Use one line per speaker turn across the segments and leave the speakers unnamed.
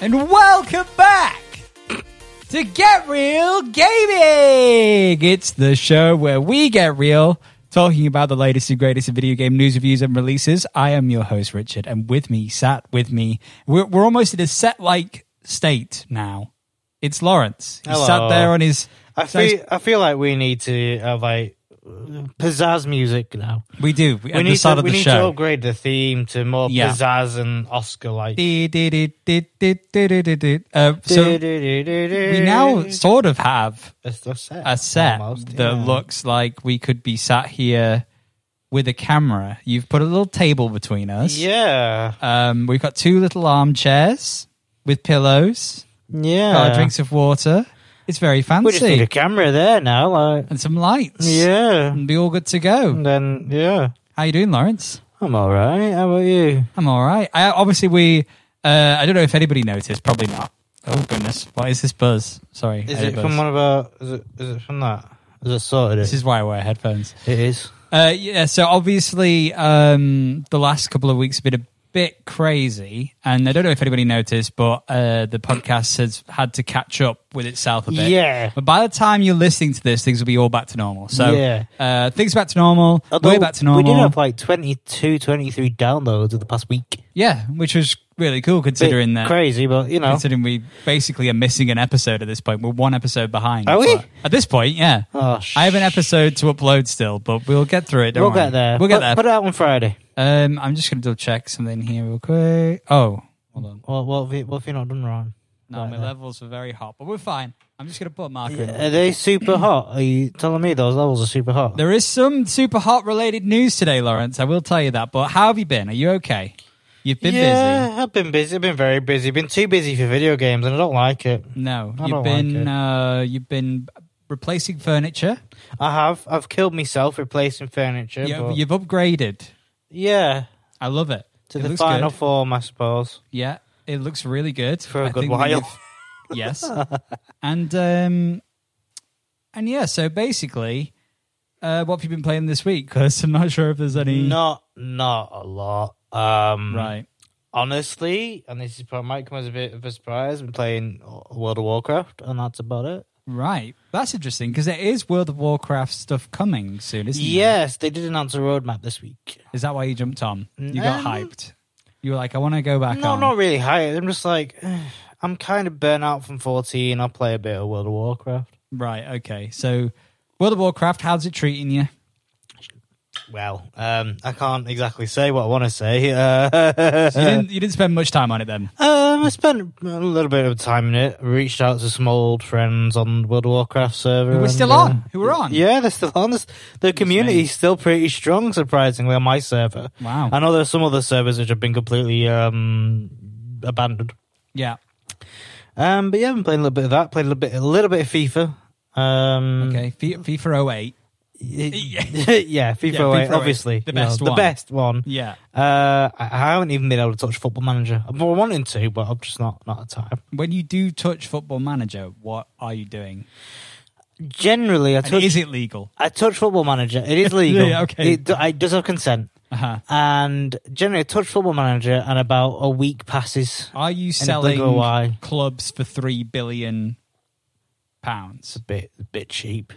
and welcome back to Get Real Gaming. It's the show where we get real, talking about the latest and greatest in video game news, reviews, and releases. I am your host, Richard, and with me, sat with me, we're, we're almost in a set like state now. It's Lawrence. He
Hello.
sat there on his.
I feel I feel like we need to have like pizzazz music now.
We do. We,
We
at
need
the start
to,
of
we
the
need to
show.
upgrade the theme to more
Yeah.
pizzazz and Oscar like.
Uh, so we now sort of have
It's the set,
a set
almost,
that
yeah.
looks like we could be sat here with a camera. You've put a little table between us.
Yeah,
Um, we've got two little armchairs with pillows, got
yeah.
our drinks of water. It's very
we just need
fancy.
a camera there now, like
and some lights.
yeah.
And be all good to go.
And then yeah,
How you doing, Lawrence?
I'm all right. How about you?
I'm all right. I, obviously, we. Uh, I don't know if anybody noticed. Probably not. Oh goodness! What is this buzz? Sorry. I
Is
had a
it
buzz.
from one of our? Is it, is it from that? Is it sorted?
This
It,
is why I wear headphones.
it is.
Uh, yeah, so obviously, um, the last couple of weeks have been a bit crazy, and I don't know if anybody noticed, but uh, the podcast has had to catch up with itself a bit.
Yeah.
But by the time you're listening to this, things will be all back to normal. So
Yeah.
uh, things back to normal, way
Although
back to normal.
We did have like 22, 23 downloads in the past week.
yeah, which was really cool considering
Bit
that.
crazy, but you know,
Considering we basically are missing an episode at this point, we're one episode behind.
Are we?
But At this point, yeah.
Oh, sh-
I have an episode to upload still, but we'll get through it. Don't
we'll
worry.
get there.
We'll get
Put-
there.
Put it out on Friday.
Um, I'm just gonna double check something here real quick. Oh, hold on.
What, what, if, you- what if you're not done wrong?
No, my levels are very hot, but we're fine. I'm just gonna put a marker. in.
uh, Are they super hot? Are you telling me those levels are super hot?
There is some super hot related news today, Lawrence. I will tell you that. But how have you been? Are you okay? You've been
yeah, I've been busy. I've been very busy. Been too busy for video games, and I don't like it.
busy. No,
I
you've
don't like
been
it.
uh, you've been replacing furniture.
I have. I've killed myself replacing furniture.
You-
but-
You've upgraded.
yeah,
I love it.
to
It
the
looks
final
good.
form, I suppose,
Yeah, it looks really good
for a
I
good
think that
while.
you've- yes and um and yeah so basically uh what have you been playing this week because i'm not sure if there's any
not, not a lot. Um,
right
Honestly, and this is probably might come as a bit of a surprise. I've been playing World of Warcraft, and that's about it.
right that's interesting because there is world of warcraft stuff coming soon isn't there?
Yes, they did announce a roadmap this week.
is that why you jumped on you got
Um,
hyped you were like i want to go back
No,
on
not really high. I'm just like, I'm kind of burnt out from 14. I'll play a bit of World of Warcraft.
right okay so world of warcraft how's it treating you
Well, um, I can't exactly say what I want to say. Uh,
so you, didn't, you didn't spend much time on it then
um, I spent a little bit of time in it. Reached out to some old friends on World of Warcraft server.
who were
and,
still
uh,
on who were on
Yeah, they're still on. This- The community's still pretty strong, surprisingly, on my server.
Wow.
I know there's some other servers which have been completely um, abandoned.
yeah
Um, but yeah, I've been playing a little bit of that. Played a little bit, a little bit of FIFA. Um,
okay Fi fifa 08
yeah, FIFA,
Yeah,
away,
FIFA away.
obviously
The
you know,
best one.
The best one.
yeah
Uh, I I haven't even been able to touch Football Manager. I've been wanting to, but I'm just not not at time.
when you do touch football manager what are you doing
Generally, I
and
touch
is it legal
I touch Football Manager. It is legal.
Yeah, okay.
It, do- it does have consent.
uh-huh.
And generally, I touch Football Manager and about a week passes.
are you
In a blink
selling
of an eye.
clubs for three billion
It's
pounds
a bit a bit cheap.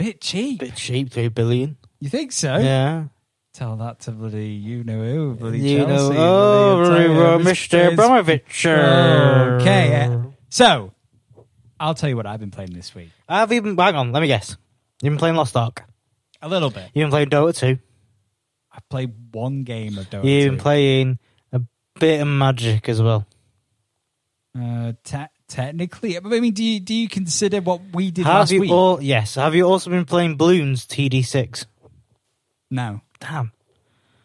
bit cheap
Bit cheap, three billion.
you think so
Yeah.
tell that to bloody you know who bloody
You know,
Chelsea
oh,
bloody Italian,
Mr.
it's-
Abramovich.
okay uh, so I'll tell you what I've been playing this week
I've even hang on. Let me guess. You've been playing Lost Ark.
a little bit
You've been playing Dota two.
I've played one game of Dota
You've been
2.
playing a bit of Magic as well.
uh, te- technically I mean do you, do you consider what we did
have
last
you
week
all? Yes. Have you also been playing Bloons TD six?
no
Damn.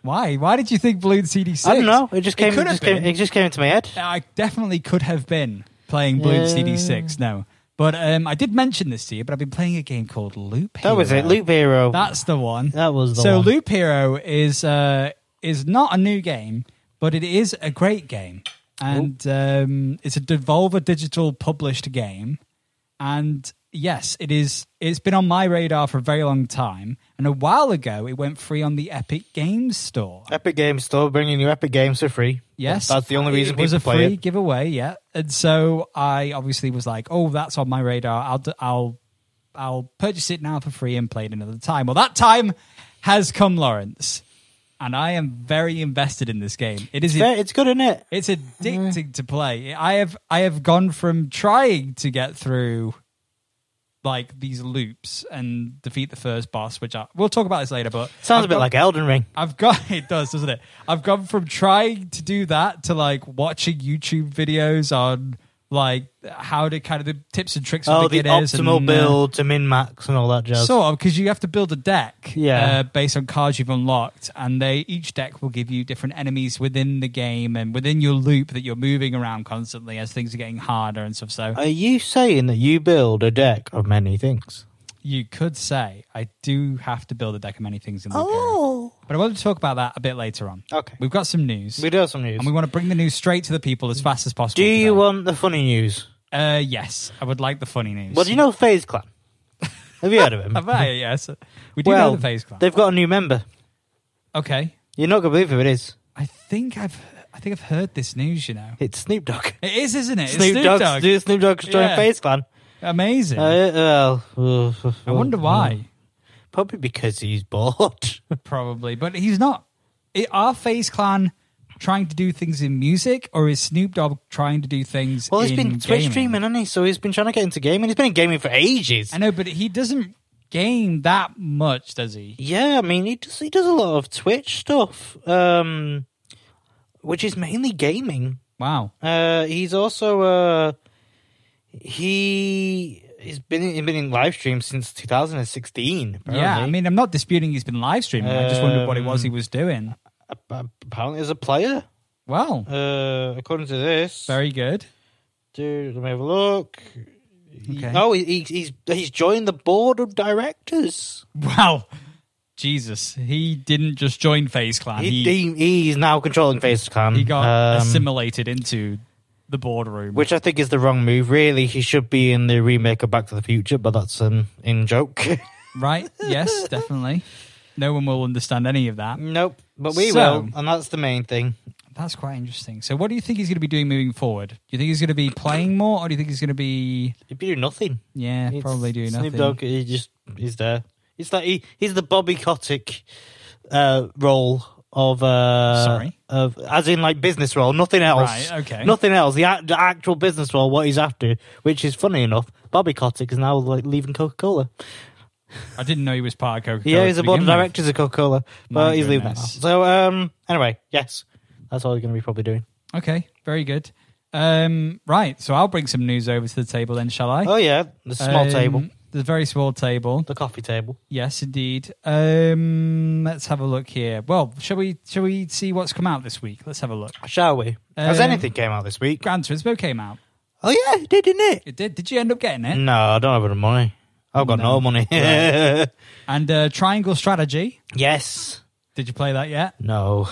Why? Why did you think Balloon CD6?
I don't know. It just came. It,
could have
just came
been.
it just came into my head.
I definitely could have been playing Balloon
Yeah.
CD6. No, but um, I did mention this to you. But I've been playing a game called Loop.
That was it.
Hero.
Loop Hero.
That's the one.
That was the
so
one.
Loop Hero is uh, is not a new game, but it is a great game,
Oh.
and um, it's a Devolver Digital published game. And yes, it is. It's been on my radar for a very long time, and a while ago it went free on the Epic Games Store.
Epic Games Store bringing you Epic Games for free.
Yes,
That's the only reason
it was
people
a
play
free
it.
giveaway. Yeah, And so I obviously was like, oh, that's on my radar. I'll d- I'll I'll purchase it now for free and play it another time. Well, that time has come, Lawrence, and I am very invested in this game. It is
Yeah, it's Mm. good, isn't it?
it's addicting to play. I have I have gone from trying to get through like these loops and defeat the first boss, which I, we'll talk about this later. But
Sounds
I've
a bit
gone-
like Elden Ring.
I've got it does, doesn't it? I've gone from trying to do that to like watching YouTube videos on like how to kind of the tips and tricks.
Oh,
of
the
beginners
optimal
and, uh,
build to min max and all that jazz.
Sort of, because you have to build a deck
Yeah.
uh, based on cards you've unlocked, and they each deck will give you different enemies within the game and within your loop that you're moving around constantly as things are getting harder and stuff. So
Are you saying that you build a deck of many things?
you could say I do have to build a deck of many things in the
Oh.
game, but I want to talk about that a bit later on.
Okay.
We've got some news,
We do have some news.
and we want to bring the news straight to the people as fast as possible.
do you
today.
want the funny news?
Uh, yes, I would like the funny news.
Well, do you know FaZe Clan? Have you heard of him?
Have I? Yes, we do
well,
know the face clan.
they've got a new member.
Okay,
You're not going to believe who it is.
I think I've I think I've heard this news. You know.
It's Snoop Dogg.
It is, isn't it? It's
Snoop, Dogg. Snoop, Dogg's joined
Yeah.
FaZe Clan.
Amazing.
Uh, well, uh,
I wonder why.
Probably because he's bored.
Probably, but he's not. I- Are Face Clan trying to do things in music, or is Snoop Dogg trying to do things?
well, he's
in
been Twitch
gaming?
streaming, hasn't he? So he's been trying to get into gaming. He's been in gaming for ages.
I know, but he doesn't game that much, does he?
Yeah, I mean he does he does a lot of Twitch stuff, um, which is mainly gaming.
Wow.
Uh, he's also uh, he he's been in, been in live streams since 2016. Apparently.
Yeah, I mean, I'm not disputing he's been live streaming. I just wondered what it was he was doing.
Ap- apparently as a player.
Well,
Uh, according to this,
very good.
dude, let me have a look. He-
Okay.
Oh, he, he, he's he's joined the board of directors.
Wow. Jesus, he didn't just join Face Clan. He,
He,
he,
he, he's now controlling FaceClan.
got
Um,
assimilated into the boardroom.
which I think is the wrong move. Really, he should be in the remake of Back to the Future, but that's an in joke.
Right? Yes, definitely. No one will understand any of that.
nope, but we
So-
will, and that's the main thing.
That's quite interesting. So, what do you think he's going to be doing moving forward? Do you think he's going to be playing more, or do you think he's going to be,
He'd be doing nothing.
yeah,
It's-
probably doing nothing?
Snoop Dogg, he just is there. It's like he, he's the Bobby Kotick uh, role of uh,
Sorry?
of as in like business role, nothing else.
Right, okay.
nothing else. The, act, the actual business role, what he's after, which is funny enough, Bobby Kotick is now like leaving Coca Cola.
I didn't know he was part of Coca Cola.
Yeah, he's a board of directors of Coca Cola,
My
but he's leaving that now.
goodness.
So, um, anyway, yes, that's all he's going to be probably doing.
Okay, very good. Um, right, so I'll bring some news over to the table then, shall I?
Oh yeah, the small
Um,
table,
The very small table.
the coffee table.
Yes, indeed. Um, let's have a look here. Well, shall we? Shall we see what's come out this week? Let's have a look.
Shall we? Has
Um,
anything came out this week?
Gran Turismo came out.
Oh yeah, it did didn't it?
It did. Did you end up getting it?
No, I don't have any money. I've got no,
No.
money.
And uh, Triangle Strategy.
yes.
Did you play that yet?
No.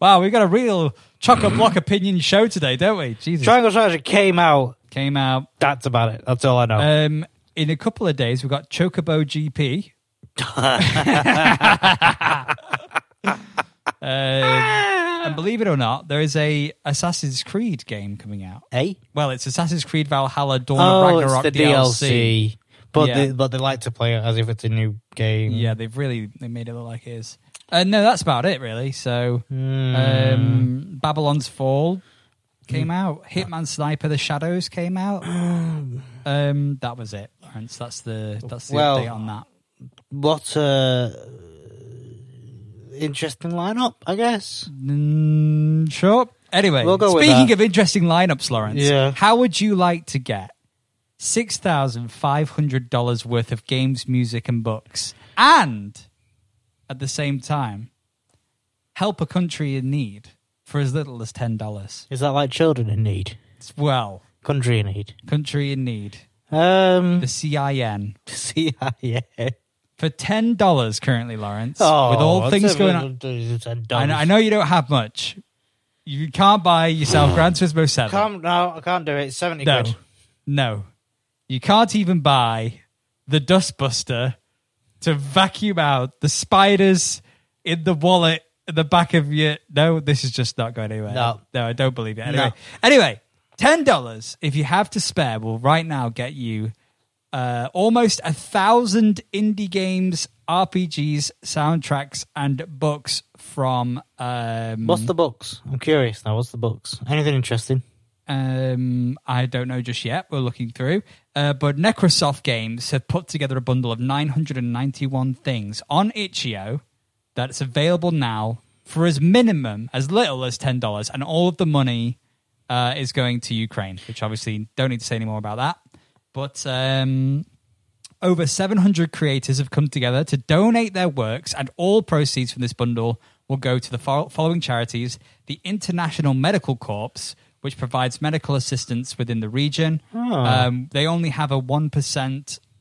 Wow, we've got a real chock a block opinion show today, don't we? Jesus.
Triangle Strategy came out.
Came out.
That's about it. That's all I know.
Um, in a couple of days, we've got Chocobo GP. Uh, um,
Ah!
and believe it or not, there is a Assassin's Creed game coming out.
eh?
Well, it's Assassin's Creed Valhalla Dawn
Oh,
of Ragnarok
it's the DLC. But
Yeah.
they, but they like to play it as if it's a new game.
Yeah, they've really they made it look like it is. Uh, no, that's about it, really. So,
Hmm.
um, Babylon's Fall came out. Hitman Sniper: The Shadows came out. um, that was it, Lawrence. That's the that's the
Well-
update on that.
What a interesting lineup, I guess.
Mm, sure. Anyway,
We'll go with
speaking
that.
of interesting lineups, Lawrence,
Yeah.
how would you like to get six thousand five hundred dollars worth of games, music, and books, and at the same time help a country in need for as little as ten dollars?
Is that like children in need?
Well,
Country in need.
country in need,
Um,
the CIN.
see, yeah.
For ten dollars currently, Lawrence,
Oh,
with all things going on, I know, I know you don't have much. You can't buy yourself Gran Turismo Seven.
Can't, no, I can't do it. It's 70
No.
quid.
No. You can't even buy the dustbuster to vacuum out the spiders in the wallet at the back of your. No, this is just not going anywhere.
No.
no, I don't believe it.
No.
Anyway, anyway, ten dollars if you have to spare will right now get you uh, almost a thousand indie games, RPGs, soundtracks, and books from um,
What's the books? I'm curious now. What's the books? Anything interesting?
Um, I don't know just yet. We're looking through. Uh, but Necrosoft Games have put together a bundle of 991 things on itch.io that's available now for as minimum, as little as $10. And all of the money uh, is going to Ukraine, which obviously don't need to say any more about that. But um, over 700 creators have come together to donate their works, and all proceeds from this bundle will go to the fol- following charities the International Medical Corps, which provides medical assistance within the region. Um, they only have a 1%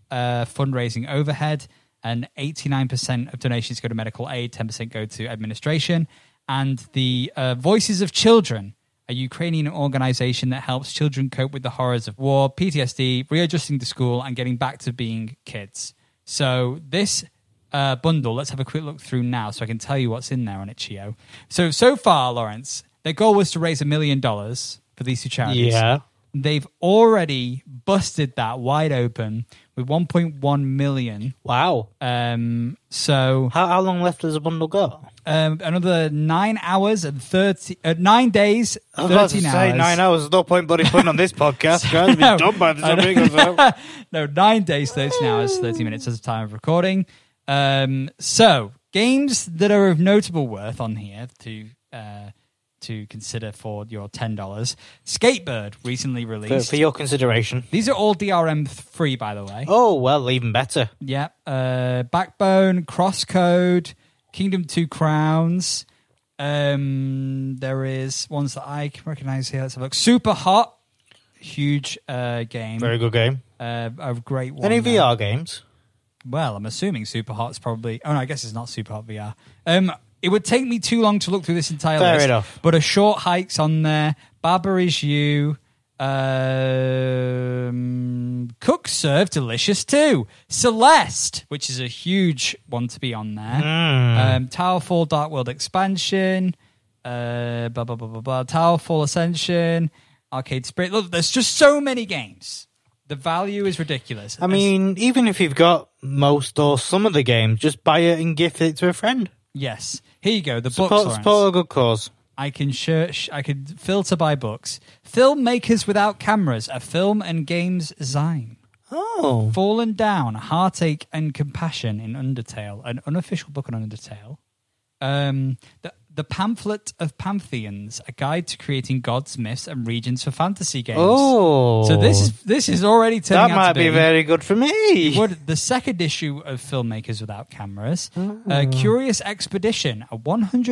uh, fundraising overhead, and 89% of donations go to medical aid, 10% go to administration. And the uh, Voices of Children, a Ukrainian organization that helps children cope with the horrors of war, PTSD, readjusting to school, and getting back to being kids. So this uh, bundle, let's have a quick look through now, so I can tell you what's in there on itch.io. So so far, Lawrence, their goal was to raise a million dollars for these two charities.
Yeah.
They've already busted that wide open with 1.1 million.
Wow.
Um, so
How, how long left does the bundle got?
um, another nine hours and 30, uh, nine days, 13 hours.
nine hours. There's no point bloody putting on this podcast. Guys,
No.
we're done by the time
I
it goes out.
no, nine days, 13 hours, 30 minutes as a time of recording. Um, so, games that are of notable worth on here to uh, to consider for your $10. Skatebird recently
For,
released.
for your consideration.
These are all DRM free, by the way.
Oh well, even better.
Yeah. Uh, Backbone, Crosscode, Kingdom Two Crowns. Um, there is ones that I can recognize here. Let's have a look. Super Hot, huge uh, game.
Very good game.
Uh, a great one.
Any
there.
VR games?
Well, I'm assuming Super Hot's probably. Oh no, I guess it's not Super Hot VR. Um, it would take me too long to look through this entire
Fair
list.
enough.
But a short hike's on there. Barber is you. Um, cook serve delicious too. Celeste, which is a huge one to be on there.
Hmm.
Um, Towerfall Dark World expansion. Uh, blah blah blah blah blah. Towerfall Ascension. Arcade Spirit. Look, there's just so many games. The value is ridiculous.
I mean, even if you've got most or some of the games, just buy it and gift it to a friend.
Yes. Here you go. The books.
Support,
Lawrence.
support a good cause.
I can search. I can filter by books. Filmmakers without cameras: a film and games zine.
Oh,
Fallen down, heartache and compassion in Undertale, an unofficial book on Undertale. Um, the, the pamphlet of Pantheons: a guide to creating gods, myths, and regions for fantasy games.
oh.
So this is this is already turning
that
out
might
to
be very good for me.
would the second issue of Filmmakers Without Cameras,
Ah.
uh, Curious Expedition, a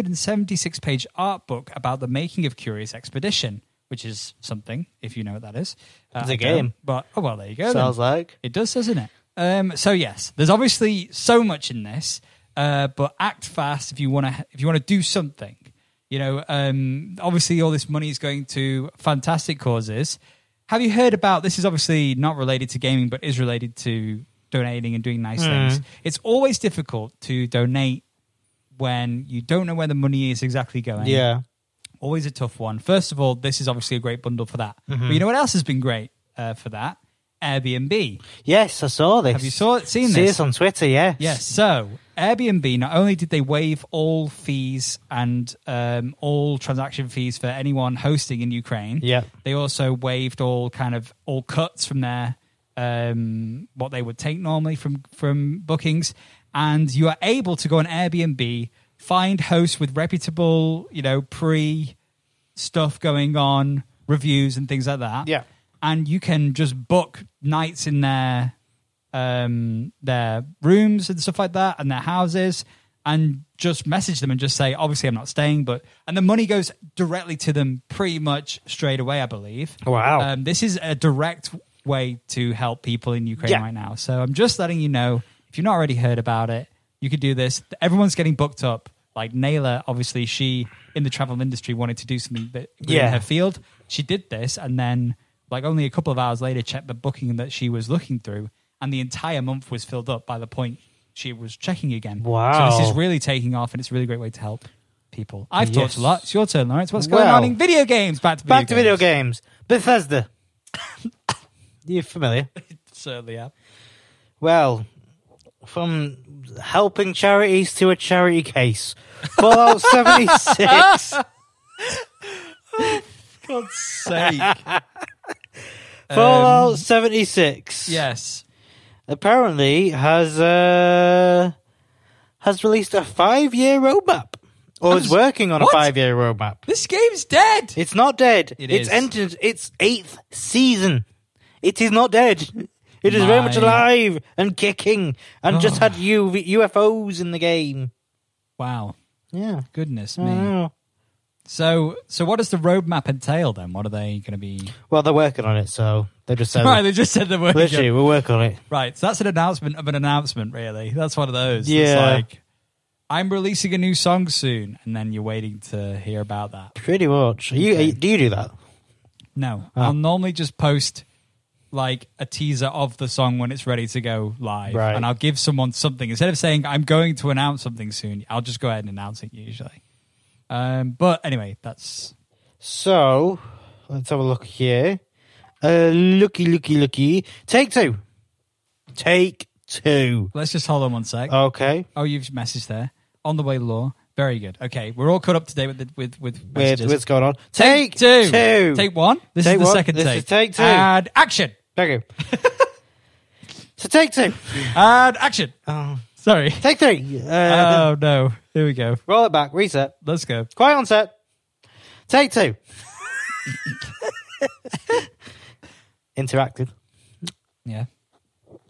176 page art book about the making of Curious Expedition, which is something, if you know what that is. Uh,
It's a
I don't,
game.
But, oh, well, there you go. then.
Sounds like
It does, doesn't it? Um, so yes, there's obviously so much in this, uh, but act fast if you want to. If you want to do something, you know. Um, obviously, all this money is going to fantastic causes. Have you heard about this? Is obviously not related to gaming, but is related to donating and doing nice things. It's always difficult to donate when you don't know where the money is exactly going
yeah.
always a tough one. First of all, this is obviously a great bundle for that. But you know what else has been great uh, for that? Airbnb.
Yes, I saw this.
Have you saw seen
See
this?
us on Twitter? Yes.
Yes. So Airbnb not only did they waive all fees and um, all transaction fees for anyone hosting in Ukraine,
Yeah.
they also waived all kind of all cuts from their um, what they would take normally from from bookings, and you are able to go on Airbnb, find hosts with reputable, you know, pre stuff going on, reviews and things like that.
Yeah.
and you can just book nights in their um, their rooms and stuff like that, and their houses. And just message them and just say, obviously, I'm not staying, but and the money goes directly to them pretty much straight away, I believe.
Wow.
Um, this is a direct way to help people in Ukraine
Yeah.
right now. So I'm just letting you know if you've not already heard about it, you could do this. Everyone's getting booked up. Like Naylor, obviously, she in the travel industry wanted to do something that yeah.
Yeah.
in her field. She did this, and then like only a couple of hours later, checked the booking that she was looking through, and the entire month was filled up by the point she was checking again. So this
Wow.
is really taking off, and it's a really great way to help. people. I've talked
Yes.
a lot. It's your turn, Lawrence. What's going
Well,
on in video games? Back to video
Back to video games. Bethesda. You're familiar.
Certainly am.
Well, from helping charities to a charity case. Fallout 76.
God's sake.
Fallout
Um,
76.
yes.
Apparently has uh, has released a five year roadmap. Or is
Has-
working on
what?
a five year roadmap.
This game's dead.
It's not dead.
It
it's
is.
entered its eighth season. It is not dead. It is very much
My-
alive and kicking, and just had U- UFOs in the game.
wow.
Yeah,
Goodness
I
me.
know.
So, so what does the roadmap entail then? What are they going to be?
Well, they're working on it, so they just said,
right, they just said the word.
Uh, literally, we're working on it.
Right, so that's an announcement of an announcement, really. That's one of those. It's
Yeah.
like, I'm releasing a new song soon, and then you're waiting to hear about that.
Pretty much. You,
Okay.
Do you do that?
No, I'll normally just post like a teaser of the song when it's ready to go live,
Right.
and I'll give someone something instead of saying I'm going to announce something soon. I'll just go ahead and announce it usually. Um, but anyway, that's
So, let's have a look here. Uh, looky, looky, looky. Take two. Take two.
let's just hold on one sec.
Okay.
oh, you've messaged there on the way, law. Very good. Okay, we're all caught up today with the, with with
Wait,
messages.
what's going on? Take,
two.
two.
Take one. This
Take
is the
one.
second
This
take.
is take two.
And action.
Thank you. so take two.
And action.
Oh,
Sorry.
take three. Uh,
Oh no. Here we go.
roll it back. Reset.
Let's go.
Quiet on set. Take two. Interactive.
Yeah.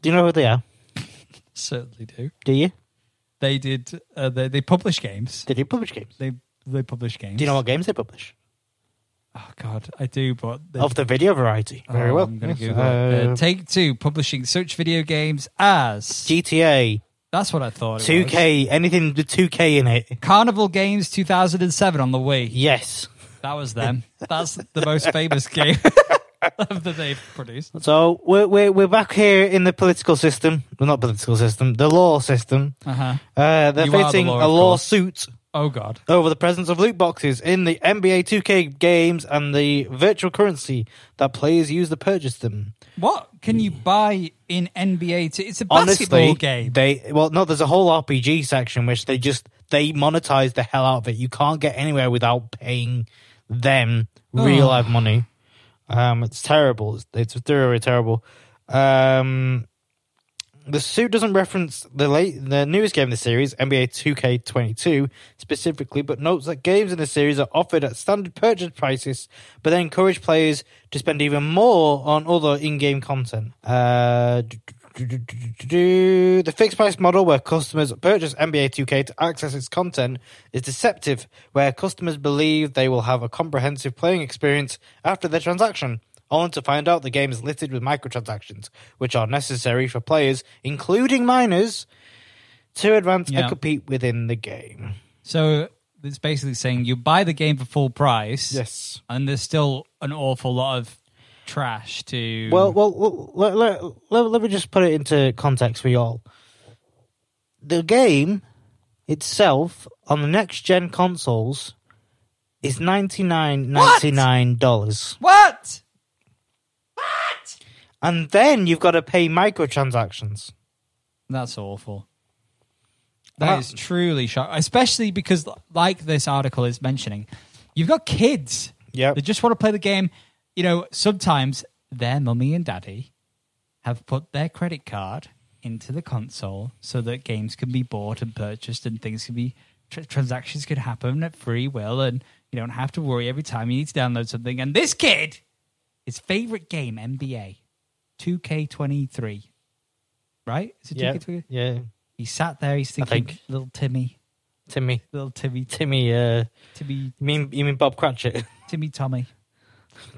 Do you know who they are?
Certainly do.
Do you?
They did. Uh, they they publish games.
They do publish games.
They they publish games.
Do you know what games they publish?
Oh God, I do. But they,
Of the video variety.
Oh,
Very well.
I'm gonna
Yes.
Google it.
Uh,
Uh, Take two publishing such video games as.
GTA,
that's what I thought. it was.
2K, anything with 2K in it.
Carnival Games 2007 on the Wii.
Yes.
That was them. That's the most famous game that they've produced.
So we're, we're, we're back here in the political system. Well, not political system, the law system.
Uh huh.
Uh, they're
You are the
facing
law,
a
of course.
lawsuit
Oh God.
over the presence of loot boxes in the NBA 2K games and the virtual currency that players use to purchase them.
What can you buy in NBA? To, it's a basketball
Honestly,
game.
they well, no, there's a whole RPG section which they just they monetize the hell out of it. You can't get anywhere without paying them real
Oh.
life money. Um, it's terrible. It's, it's thoroughly terrible. Um, the suit doesn't reference the late the newest game in the series, NBA 2K22, specifically, but notes that games in the series are offered at standard purchase prices, but they encourage players to spend even more on other in-game content. Uh, do- do- do- do- do- do. the fixed price model, where customers purchase NBA 2K to access its content, is deceptive, where customers believe they will have a comprehensive playing experience after their transaction only to find out the game is littered with microtransactions, which are necessary for players, including minors, to advance
Yeah.
and compete within the game.
So it's basically saying you buy the game for full price.
Yes.
And there's still an awful lot of trash to.
Well, well, l- let, let, let, let me just put it into context for you all. The game itself on the next gen consoles is ninety nine ninety nine dollars,
what?
and then you've got to pay microtransactions.
That's awful.
That-
that is truly shocking, especially because, like this article is mentioning, you've got kids.
Yep.
They just want to play the game. You know, sometimes their mummy and daddy have put their credit card into the console so that games can be bought and purchased and things can be tr- transactions can happen at free will and you don't have to worry every time you need to download something. And this kid, his favorite game, NBA 2K23, right? Is it 2K23?
yeah,
He sat there. He's thinking,
think.
little Timmy,
Timmy,
little Timmy, t-
Timmy. Uh,
Timmy,
you mean you mean Bob Cratchit?
Timmy, Tommy,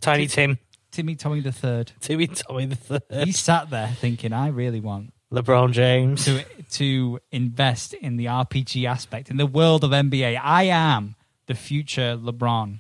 Tiny Tim,
Timmy, Tommy the third.
Timmy Tommy the Third,
He sat there thinking, I really want
LeBron James.
to to invest in the RPG aspect in the world of NBA. I am the future LeBron,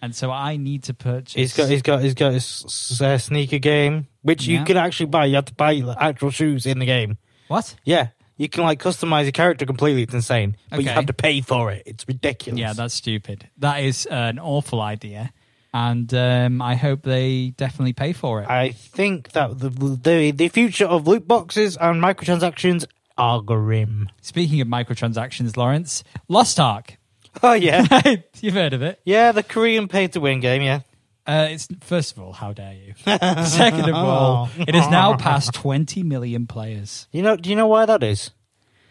and so I need to purchase.
He's got he's got he's got his s- uh, sneaker game, which
Yeah.
you can actually buy. You have to buy the actual shoes in the game.
what?
Yeah, You can like customize your character completely. It's insane, but you
Okay.
have to pay for it. It's ridiculous.
Yeah, that's stupid. That is an awful idea, and um, I hope they definitely pay for it.
I think that the, the the future of loot boxes and microtransactions are grim.
Speaking of microtransactions, Lawrence, Lost Ark.
Oh yeah,
You've heard of it.
yeah. The Korean pay to win game. Yeah,
Uh, it's first of all, how dare you? Second of all,
Oh.
it has now passed 20 million players
you know. Do you know why that is?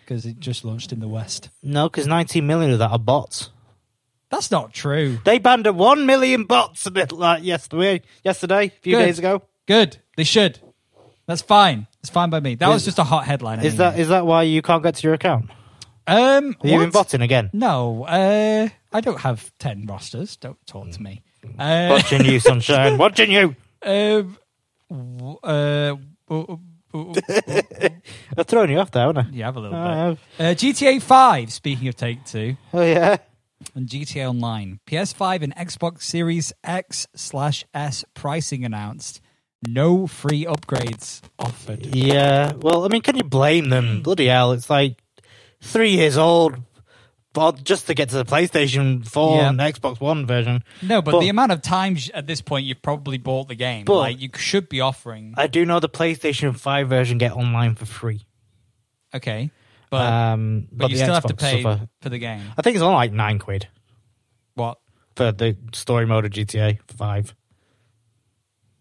because it just launched in the West.
No, because 19 million of that are bots.
That's not true.
They banned a 1 million bots a bit like yesterday, yesterday, a few
Good.
days ago.
Good. They should. That's fine. It's fine by me. That was just a hot headline.
Is
anyway.
that is that why you can't get to your account?
Um,
Are you in
what?
botting again?
No, uh, I don't have ten rosters. Don't talk to me. Uh,
Watching you, sunshine. Watching you.
um, w- uh, w- w-
I've thrown you off there, haven't I?
you have a little
I have.
bit. Uh, GTA Five. Speaking of Take Two
Oh yeah.
and GTA Online, PS5 and Xbox Series X slash S pricing announced. No free upgrades offered.
Yeah. Well, I mean, can you blame them? Bloody hell! It's like three years old, but just to get to the PlayStation Four
Yeah.
and Xbox One version.
No, but,
But-
the amount of times at this point you've probably bought the game,
But-
like you should be offering.
I do know the PlayStation Five version get online for free.
Okay, but
um,
but, you
the
still have to
Xbox
pay
suffer.
for the game.
I think it's only like nine quid
What?
for the story mode of GTA Five.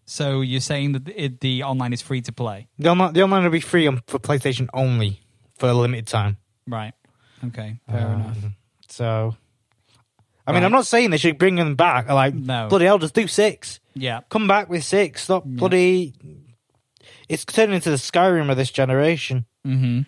So you're saying that it, the online is free to play,
The online, the online will be free on, for PlayStation only for a limited time.
right? Okay, fair
Uh,
enough.
So, I mean,
Right.
I'm not saying they should bring them back. Like,
No.
bloody hell, just do six.
Yeah,
Come back with six. Stop bloody. It's turning into the Skyrim of this generation.
Mm-hmm.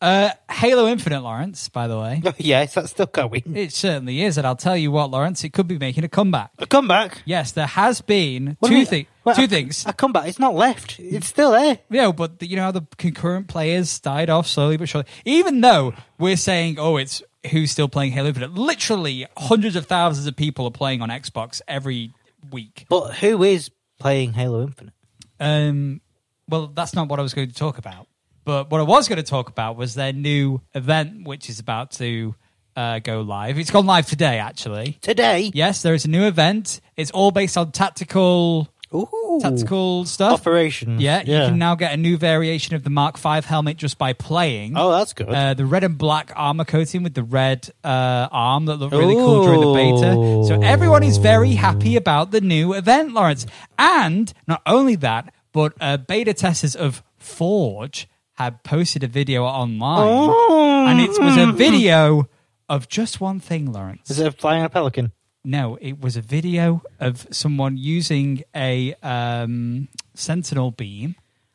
uh, Halo Infinite, Lawrence. By the way,
yes, that's still going.
it certainly is, and I'll tell you what, Lawrence, it could be making a comeback.
A comeback.
Yes, there has been
What do you
two
mean?
things.
Well,
Two
a-
things.
A comeback. It's not left. It's still there.
Yeah, but the, you know how the concurrent players died off slowly but surely. Even though we're saying, oh, it's who's still playing Halo Infinite. Literally, hundreds of thousands of people are playing on Xbox every week.
But who is playing Halo Infinite?
Um, well, that's not what I was going to talk about. But what I was going to talk about was their new event, which is about to uh, go live. It's gone live today, actually.
Today.
Yes, there is a new event. It's all based on tactical,
Ooh.
tactical stuff.
Operations.
Yeah, you can now get a new variation of the Mark V helmet just by playing.
Oh, that's good.
Uh, the red and black armor coating with the red uh, arm that looked really cool during the beta. So everyone is very happy about the new event, Lawrence. And not only that, but uh, beta testers of Forge had posted a video online, and it was
Mm.
a video of just one thing, Lawrence.
is it flying a pelican?
No, it was a video of someone using a um, sentinel beam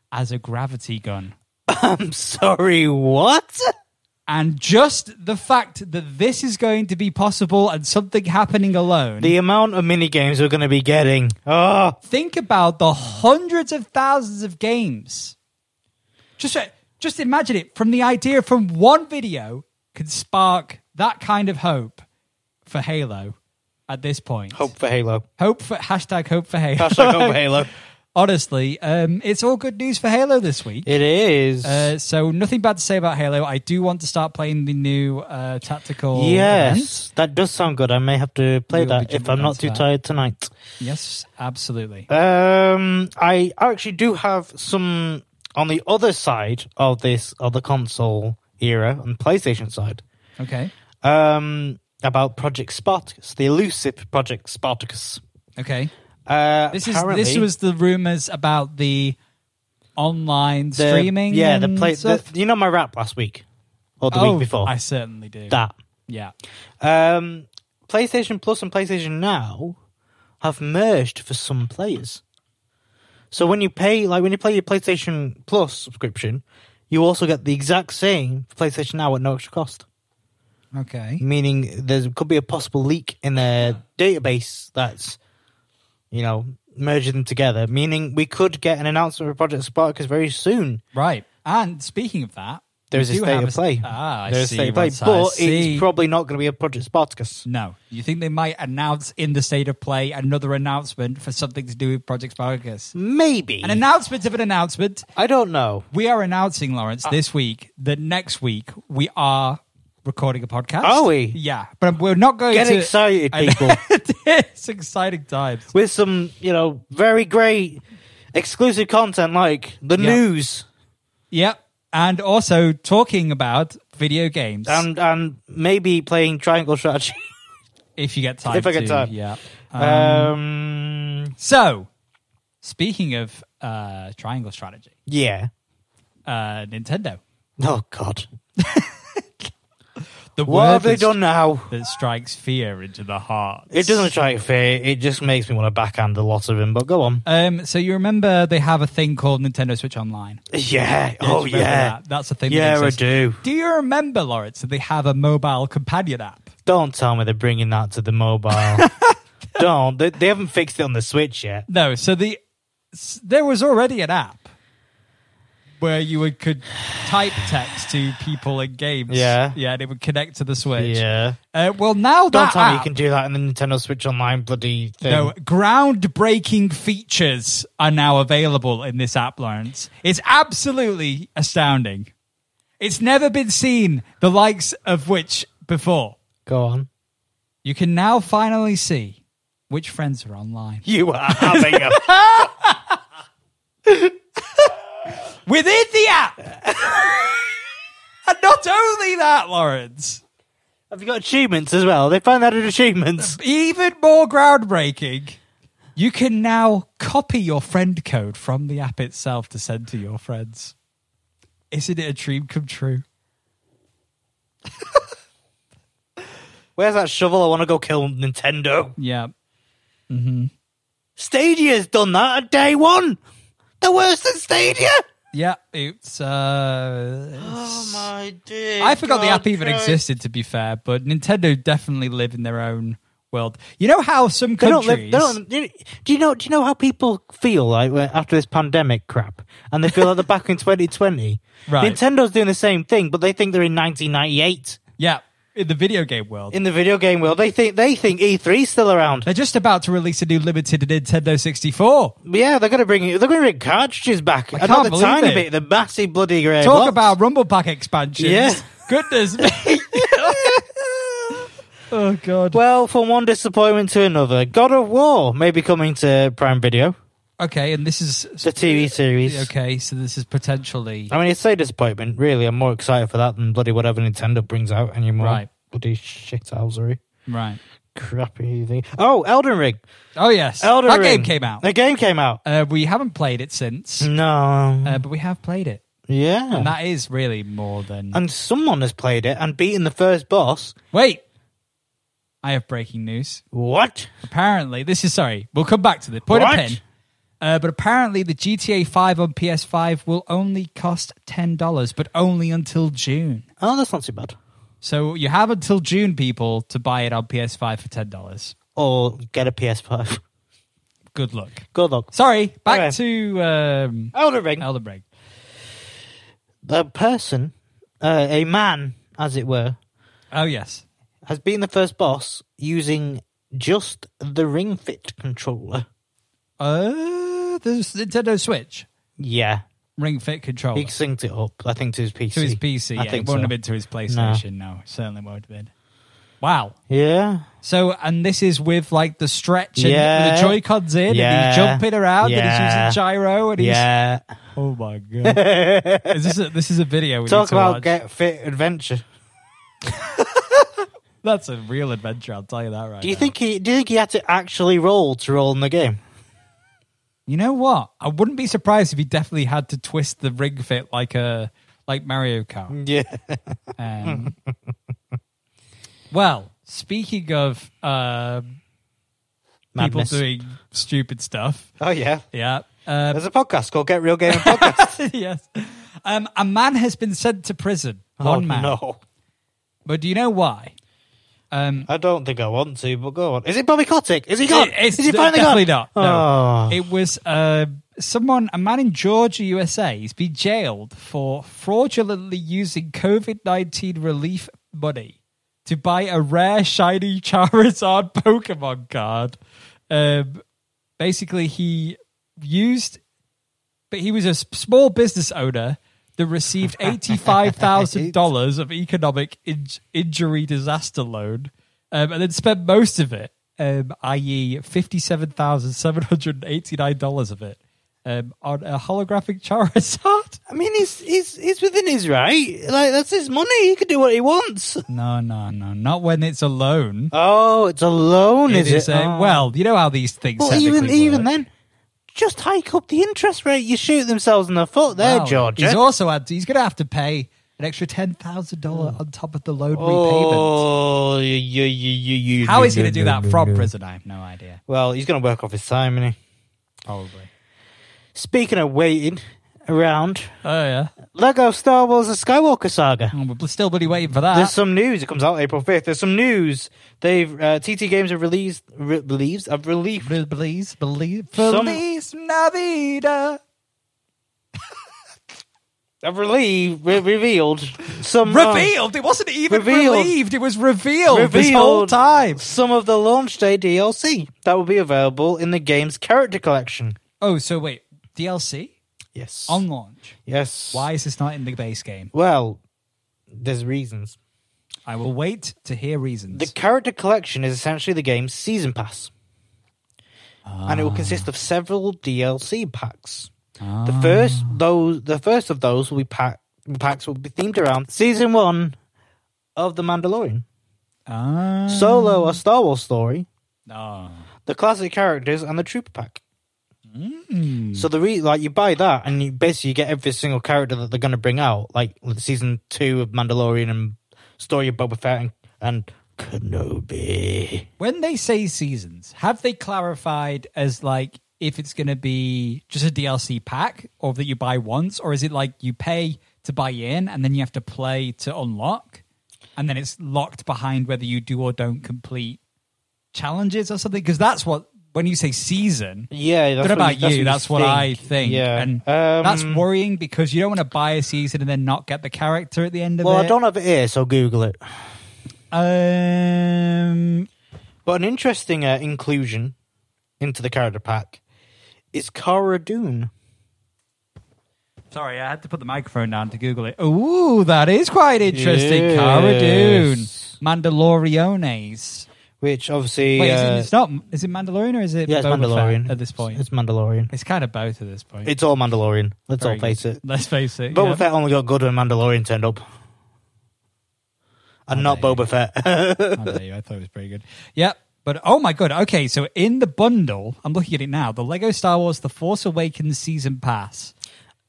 as a gravity gun.
I'm sorry, what?
And just the fact that this is going to be possible and something happening alone.
The amount of mini games we're going to be getting. Oh,
think about the hundreds of thousands of games. Just, uh, just imagine it from the idea from one video can spark that kind of hope for Halo at this point.
hope for Halo.
Hope for hashtag hope for Halo.
Hashtag hope for Halo.
Honestly, um, it's all good news for Halo this week.
It is.
Uh, so nothing bad to say about Halo. I do want to start playing the new uh, tactical. event.
yes, that does sound good. I may have to play
We'll be
that if
jumping
I'm not
onto
too
that.
tired tonight.
yes, absolutely.
Um, I actually do have some on the other side of this, of the console era, on the PlayStation side,
Okay,
um, about Project Spartacus, the elusive Project Spartacus.
okay.
Uh,
This is
apparently-
this was the rumors about the online
the-
streaming.
Yeah,
and
the play. The,
stuff?
you know my rap last week or the
oh,
week before
I certainly do.
that.
Yeah.
Um, PlayStation Plus and PlayStation Now have merged for some players. So when you pay, like when you play your PlayStation Plus subscription, you also get the exact same for PlayStation Now at no extra cost.
Okay.
Meaning there could be a possible leak in their database that's, you know, merging them together. Meaning we could get an announcement for Project Spartacus very soon.
Right. And speaking of that,
There's a
do
state
have
of
a-
play.
Ah, I
There's
see
a state of play,
what I
but
see.
it's probably not going to be a Project Spartacus.
No. You think they might announce in the state of play another announcement for something to do with Project Spartacus?
Maybe
An announcement of an announcement.
I don't know.
We are announcing,
Ah.
Lawrence, this week that next week we are recording a podcast.
Are we?
Yeah. But we're not going
Get
to.
excited,
I-
people,
it's exciting times.
with some you know very great exclusive content like the
Yeah.
news
Yep. And also talking about video games.
and and maybe playing Triangle Strategy.
if you get time.
If I get
to,
time.
Yeah.
um,
So, speaking of uh, triangle strategy,
yeah.
uh, Nintendo.
Oh God.
The
What
word
have they
that's-
done now?
that strikes fear into the heart.
It doesn't strike fear. It just makes me want to backhand a lot of him. But go on.
Um, so you remember they have a thing called Nintendo Switch Online.
Yeah.
Do you
Oh
remember
yeah.
that? that's a thing.
Yeah,
that
I
exists.
do.
Do you remember, Lawrence, that they have a mobile companion app?
Don't tell me they're bringing that to the mobile. Don't. They, they haven't fixed it on the Switch yet.
No, so the s- there was already an app where you would, could type text to people in games.
Yeah.
yeah, and it would connect to the Switch.
Yeah.
Uh, well, now
Don't
that
tell me you
app-
can do that in the Nintendo Switch Online bloody thing.
Ah, No, groundbreaking features are now available in this app, Lawrence. It's absolutely astounding. It's never been seen the likes of which before.
Go on.
You can now finally see which friends are online.
You are having a.
Within the app! and not only that, Lawrence,
Have you got achievements as well? They found out in achievements.
even more groundbreaking, you can now copy your friend code from the app itself to send to your friends. Isn't it a dream come true?
Where's that shovel? I want to go kill Nintendo.
Yeah.
Stadia's done that at day one. They're worse than Stadia.
Yeah, it's. Uh, it's-
Oh my dear.
I forgot the
God
app even
Christ.
existed, to be fair, but Nintendo definitely live in their own world. You know how some
They
countries.
don't live, they don't, do you- do you know? Do you know how people feel like when- after this pandemic crap, and they feel like they're back in 2020?
Right.
Nintendo's doing the same thing, but they think they're in 1998
yeah, in the video game world.
in the video game world. They think they think E3's still around.
They're just about to release a new limited Nintendo 64.
Yeah, they're gonna bring they're gonna bring cartridges back.
can't
Another
believe
tiny
it.
bit. The massive bloody grey.
Talk
box.
about Rumble Pack expansions.
Yeah.
Goodness me. oh, God.
Well, from one disappointment to another, God of War may be coming to Prime Video,
Okay, and this is.
the TV series.
Okay, so this is potentially.
I mean, it's a disappointment, really. I'm more excited for that than bloody whatever Nintendo brings out anymore.
Right.
Bloody shithousery.
Right.
Crappy thing. Oh, Elden Ring.
Oh, yes.
Elden
that
Ring. Mm.
game came out.
The game came out.
Uh, we haven't played it since.
No.
uh, but we have played it,
yeah.
and
And,
that is really more than.
someone has played it and beaten the first boss.
Wait, I have breaking news.
What?
Apparently, this is sorry. We'll come back to the point
What?
of pin. Uh, but apparently, the GTA 5 on PS5 will only cost ten dollars, but only until June.
Oh, that's not too bad.
So you have until June, people, to buy it on PS5 for ten dollars.
Or get a PS5.
Good luck.
Good luck.
Sorry, back
Okay.
to um,
Elden Ring.
Elden Ring.
The person, uh, a man, as it were,
Oh yes,
has been the first boss using just the Ring Fit controller.
uh, there's Nintendo Switch
Yeah,
Ring Fit controller.
he synced it up. I think to his PC.
To his PC,
I
yeah. it wouldn't
think so.
have been to his PlayStation, no. Certainly won't have been. Wow.
Yeah,
So, and this is with like the stretch and
Yeah.
the Joy Cons in, and
Yeah.
he's jumping around,
Yeah.
and he's using gyro, and he's.
yeah.
Oh my God. is this, a, this is a video we need
Talk
to
about
watch.
get fit adventure.
That's a real adventure, I'll tell you that right.
Do you
now.
think he? Do you think he had to actually roll to roll in the game?
You know what? I wouldn't be surprised if he definitely had to twist the ring fit like a. Like Mario Kart.
Yeah.
Um, well, speaking of uh, people
Madness.
doing stupid stuff,
Oh yeah.
Yeah. Uh,
There's a podcast called Get Real Gaming Podcast.
yes. Um, a man has been sent to prison. One
oh,
man.
No,
But do you know why? Um,
I don't think I want to. But go on. Is it Bobby Kotick? Is he gone?
it- it's
Is he finally
definitely
gone?
not. No.
Oh.
It was uh, someone, a man in Georgia, USA, has been jailed for fraudulently using COVID 19 relief money to buy a rare shiny Charizard Pokemon card. Um, basically, he used, but he was a s- small business owner that received $85,000 of economic in- injury disaster loan um, and then spent most of it, um, i.e., $57,789 of it, um, on a holographic Charizard.
I mean, he's he's he's within his right. Like that's his money. He can do what he wants.
No, no, no, not when it's a loan.
Oh, it's a loan,
It
is,
is
it?
a,
Oh.
well, you know how these things.
Well,
technically
even even
work.
then, just hike up the interest rate. You shoot themselves in the foot there, eh?
Wow.
Georgia.
He's also had. He's going to have to pay an extra ten thousand dollars on top of the loan repayment.
oh, you, you, you, you,
How is he going to do that from prison? I have no idea.
Well, he's going to work off his time, isn't he?
Probably.
Speaking of waiting around,
Oh yeah.
Lego Star Wars: The Skywalker Saga.
Oh, we're still bloody waiting for that.
There's some news. It comes out April 5th. There's some news. They've uh, TT Games have released, re- believes, have relieved
Bel- Belize, Belize,
Some-
Feliz Navidad.
have relieved, re- revealed some uh,
Revealed. It wasn't even
Revealed.
relieved. It was revealed, this
revealed
whole time.
Oh, some of the launch day DLC that will be available in the game's character collection.
Oh, so wait, DLC
Yes.
on launch.
yes.
Why is this not in the base game?
Well, there's reasons.
I will wait to hear reasons.
The character collection is essentially the game's season pass. And
Ah.
it will consist of several DLC packs. The first
Ah.
those the first of those will be pack, packs will be themed around season one of The Mandalorian.
Ah.
Solo a Star Wars story,
Oh.
the classic characters and the trooper pack.
Hmm. Mm.
So the re- like you buy that and you basically you get every single character that they're going to bring out, like with season two of Mandalorian and story of Boba Fett and, and Kenobi.
When they say seasons, have they clarified as like if it's going to be just a DLC pack or that you buy once, or is it like you pay to buy in and then you have to play to unlock, and then it's locked behind whether you do or don't complete challenges or something? Because that's what when you say season.
Yeah, that's
What about
that's
you? That's what I think.
Yeah,
And
Um,
that's worrying because you don't want to buy a season and then not get the character at the end of
well,
it.
I don't have it here, so Google it.
Um,
But an interesting uh, inclusion into the character pack is Cara Dune.
Sorry, I had to put the microphone down to Google it. Ooh, that is quite interesting. Cara Dune,
Yes.
Mandalorianes.
Which obviously,
Wait, is
uh,
it, it's not. Is it Mandalorian or is it
yeah, it's
Boba Fett
Mandalorian
at this point? It's,
It's Mandalorian.
kind of both at this point.
It's all Mandalorian. Let's
Very
all face
good.
it.
Let's face it.
Boba
yeah.
Fett only got good when Mandalorian turned up. And not
Oh, there you
Boba Fett.
How dare you? I thought it was pretty good. Yep. But oh my god, okay, so in the bundle, I'm looking at it now, the Lego Star Wars The Force Awakens season pass.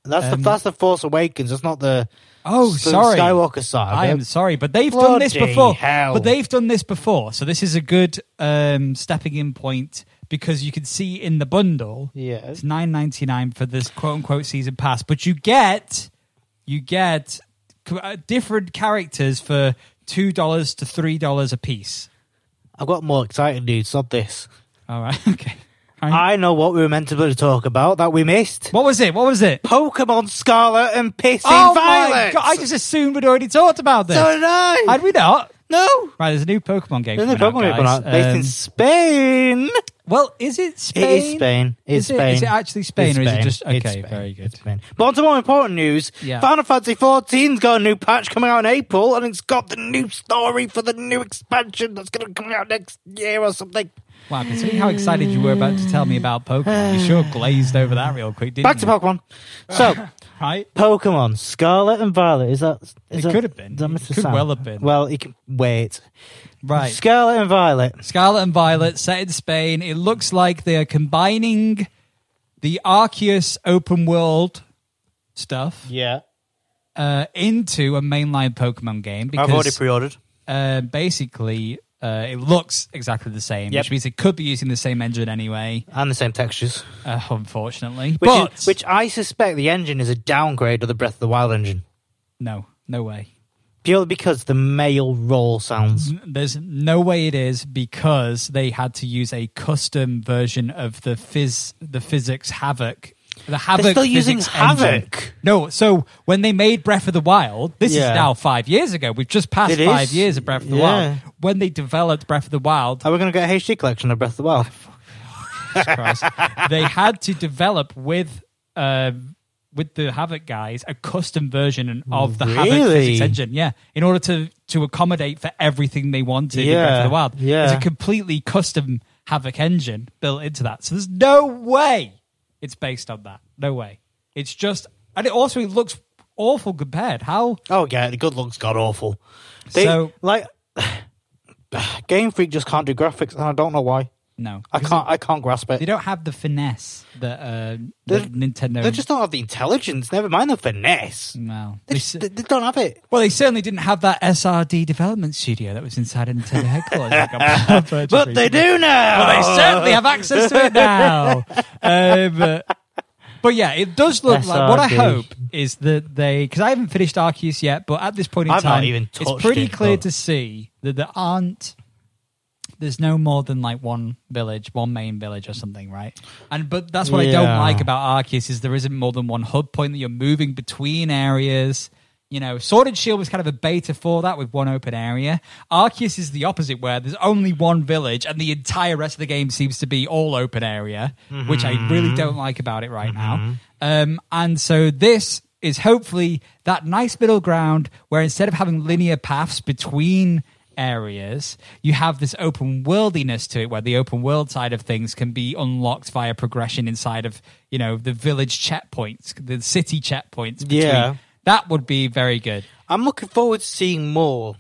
that's the that's the Force Awakens. That's not
Um,
the
Oh,
the
sorry.
Skywalker saga.
I am sorry, but they've done
Bloody
this before.
hell.
But they've done this before, so this is a good um, stepping in point because you can see in the bundle
Yes.
it's nine ninety nine for this quote unquote season pass, but you get you get c- uh, different characters for two dollars to three dollars a piece.
I've got more exciting news. Not this.
All right, okay. All right.
I know what we were meant to be able to talk about that we missed.
what was it? What was it? Oh
Pokemon Scarlet and Pissing
my
Violet.
god! I just assumed we'd already talked about this.
So did I.
Had we not?
no.
Right, there's a new Pokemon game.
There's no
coming
Pokemon
out,
people
guys.
out. Based in
Um,
Spain.
Well, is it Spain?
It is Spain. It's
Is it-
Spain.
is it actually Spain
It's
or is it
Spain.
just-
It's
okay,
Spain.
very good.
It's Spain. But on to more important news.
Yeah.
Final Fantasy XIV's got a new patch coming out in April, and it's got the new story for the new expansion that's going to come out next year or something.
Wow, considering how excited you were about to tell me about Pokemon, you sure glazed over that real quick, didn't
Back to
you?
Pokemon. So,
Right?
Pokemon Scarlet and Violet. Is that? Is
It
that,
could have been.
is that
It
Mr.
could
Sam?
well have been.
Well, you can wait.
Right.
Scarlet and Violet.
Scarlet and Violet, set in Spain. It looks like they are combining the Arceus open world stuff
Yeah.
uh, into a mainline Pokemon game because
I've already pre-ordered.
uh, basically uh, it looks exactly the same,
Yep.
which means it could be using the same engine anyway,
And the same textures.
uh, unfortunately.
Which,
but
is, which I suspect the engine is a downgrade of the Breath of the Wild engine.
no, no way.
Purely because the male roll sounds.
There's no way it is because they had to use a custom version of the phys the physics havoc The Havoc.
They're still using
physics engine.
Havoc.
No, so when they made Breath of the Wild, this
Yeah.
is now five years ago. We've just passed
It
five
is.
years of Breath of the
Yeah.
Wild. When they developed Breath of the Wild,
Are we going to get a HD collection of Breath of the Wild?
Christ, they had to develop with uh, with the Havoc guys a custom version of the Havoc
Really?
physics engine. Yeah, in order to to accommodate for everything they wanted in Breath of
Yeah,
the Wild.
yeah.
it's a completely custom Havoc engine built into that. So there's no way it's based on that. No way. It's just, and it also looks awful compared. How
Oh yeah, the good looks god awful. They,
So-
like, Game Freak just can't do graphics, and I don't know why.
no,
I can't. I can't grasp
they
it.
don't have the finesse that, uh,
They're-
that Nintendo.
They just don't have the intelligence. Never mind the finesse.
well, Mm.
They,
they
just,
s-
they don't have it.
Well, they certainly didn't have that SRD development studio that was inside a Nintendo headquarters.
But they do now.
Well, they certainly have access to it now. Um, uh, but yeah, it does look like what I
SRD.
hope is that they because I haven't finished Arceus yet, but at this point in
I've not
time,
even touched
it's pretty
it,
clear
but-
to see that there aren't. There's no more than like one village, one main village or something, right? And but that's what I don't
Yeah.
like about Arceus is there isn't more than one hub point that you're moving between areas. You know, Sword and Shield was kind of a beta for that with one open area. Arceus is the opposite, where there's only one village and the entire rest of the game seems to be all open area, which I really don't like about it right now. Um, and so this is hopefully that nice middle ground where instead of having linear paths between areas, you have this open worldiness to it where the open world side of things can be unlocked via progression inside of, you know, the village checkpoints, the city checkpoints. Between.
Yeah.
That would be very good.
I'm looking forward to seeing more.